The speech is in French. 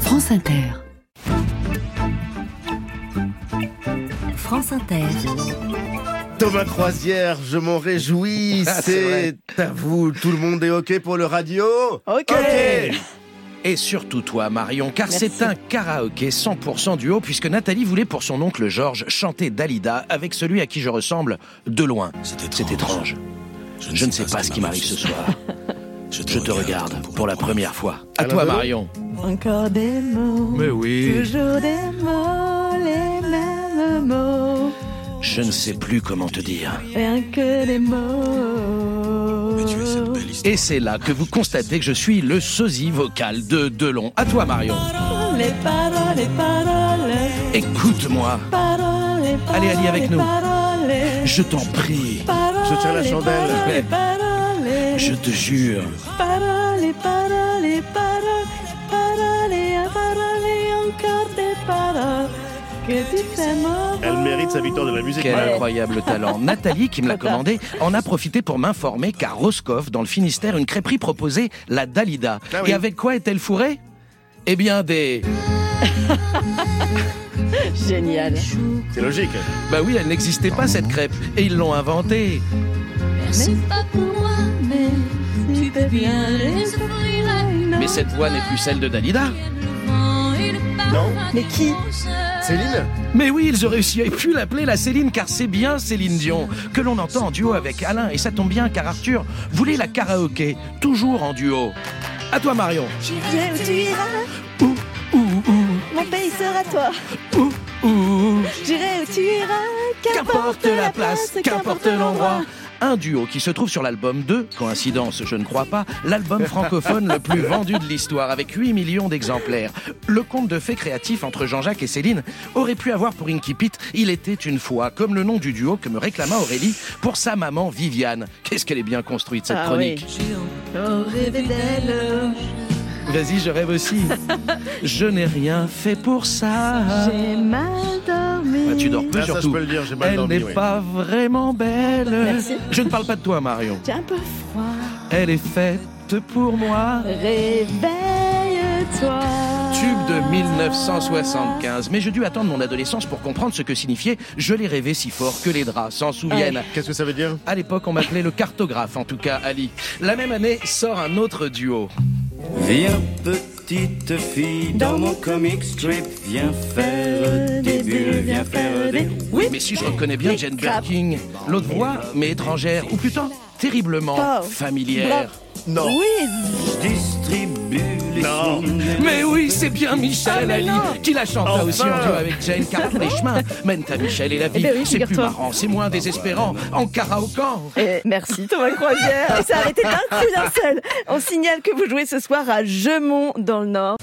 France Inter. France Inter. Thomas Croisière, je m'en réjouis. Ah, c'est c'est à vous. Tout le monde est OK pour le radio Ok. Et surtout toi, Marion, car c'est un karaoké 100% duo, puisque Nathalie voulait pour son oncle Georges chanter Dalida avec celui à qui je ressemble de loin. C'est étrange. C'est étrange. Oh, Je ne sais pas ce qui m'arrive ce soir. Je te regarde pour la première fois. À Alors, toi, Dodo Marion. Encore des mots. Mais oui. Toujours des mots, les mêmes mots. Je ne sais plus comment te dire. Rien que des mots. Mais tu es cette belle histoire. Et c'est là que vous constatez que je suis le sosie vocal de Delon. À toi, Marion. Les paroles, les paroles. Écoute-moi. Paroles, les paroles. Allez, Ali, avec les nous. Paroles, les Je t'en prie. paroles, Je tiens la les chandelle. paroles, les paroles, les Je te jure. paroles, les paroles, les paroles, paroles, et à paroles, et encore des paroles. Que tu fais mort. Elle mérite sa victoire de la musique. Quel Marion. incroyable talent. Nathalie, qui me l'a Trop tard. commandé, en a profité pour m'informer qu'à Roscoff, dans le Finistère, une crêperie proposait la Dalida. Ah oui. Et avec quoi est-elle fourrée Eh bien des... Génial. C'est logique. Bah oui, elle n'existait pas cette crêpe. Et ils l'ont inventée. C'est pas pour moi, mais tu peux bien les ouvrir à une Mais cette voix n'est plus celle de Dalida. Non. Mais qui Céline Mais oui, ils auraient aussi pu l'appeler la Céline, car c'est bien Céline Dion, que l'on entend en duo avec Alain. Et ça tombe bien, car Arthur voulait la karaoké, toujours en duo. À toi, Marion. J'irai où tu iras, Ouh, ouh, mon pays sera toi. ouh, ouh, ouh. J'irai où tu iras, Qu'importe la place, qu'importe l'endroit. Un duo qui se trouve sur l'album 2, coïncidence, je ne crois pas, l'album francophone le plus vendu de l'histoire, avec 8 millions d'exemplaires. Le conte de fées créatif entre Jean-Jacques et Céline aurait pu avoir pour Inkipit Il était une fois, comme le nom du duo que me réclama Aurélie pour sa maman Viviane. Qu'est-ce qu'elle est bien construite cette Ah chronique. Oh, rêver d'elle, Vas-y, je rêve aussi. je n'ai rien fait pour ça. j'ai mal dormi. Bah, Ah. tu dors plus Là, Ah, ça, je surtout. peux le dire, j'ai mal Elle dormi. n'est oui. pas vraiment belle. Merci. Je ne parle pas de toi, Marion. J'ai un peu froid. Elle est faite pour moi. Réveille-toi. Tube de 1975. Mais j'ai dû attendre mon adolescence pour comprendre ce que signifiait Je l'ai rêvé si fort que les draps s'en souviennent. Qu'est-ce que ça veut dire À l'époque, on m'appelait le cartographe, en tout cas Ali. La même année sort un autre duo. Viens petite fille dans mon comic strip, viens faire des bulles, viens faire des... Oui, mais si je reconnais bien Jane Birkin, l'autre voix, mais étrangère, ou plutôt terriblement Oh. familière. Non. Oui, Je distribue les Non. sons. Mais oui, c'est bien Michel Ali qui la chante là aussi en Enfin. duo avec Jane, car les chemins mènent à Michel et la vie. ben oui, c'est plus figure-toi. marrant, c'est moins désespérant en karaokan. Et Eh, merci Thomas Croisière. On s'est arrêté d'un coup d'un seul. On signale que vous jouez ce soir à Gemont dans le Nord.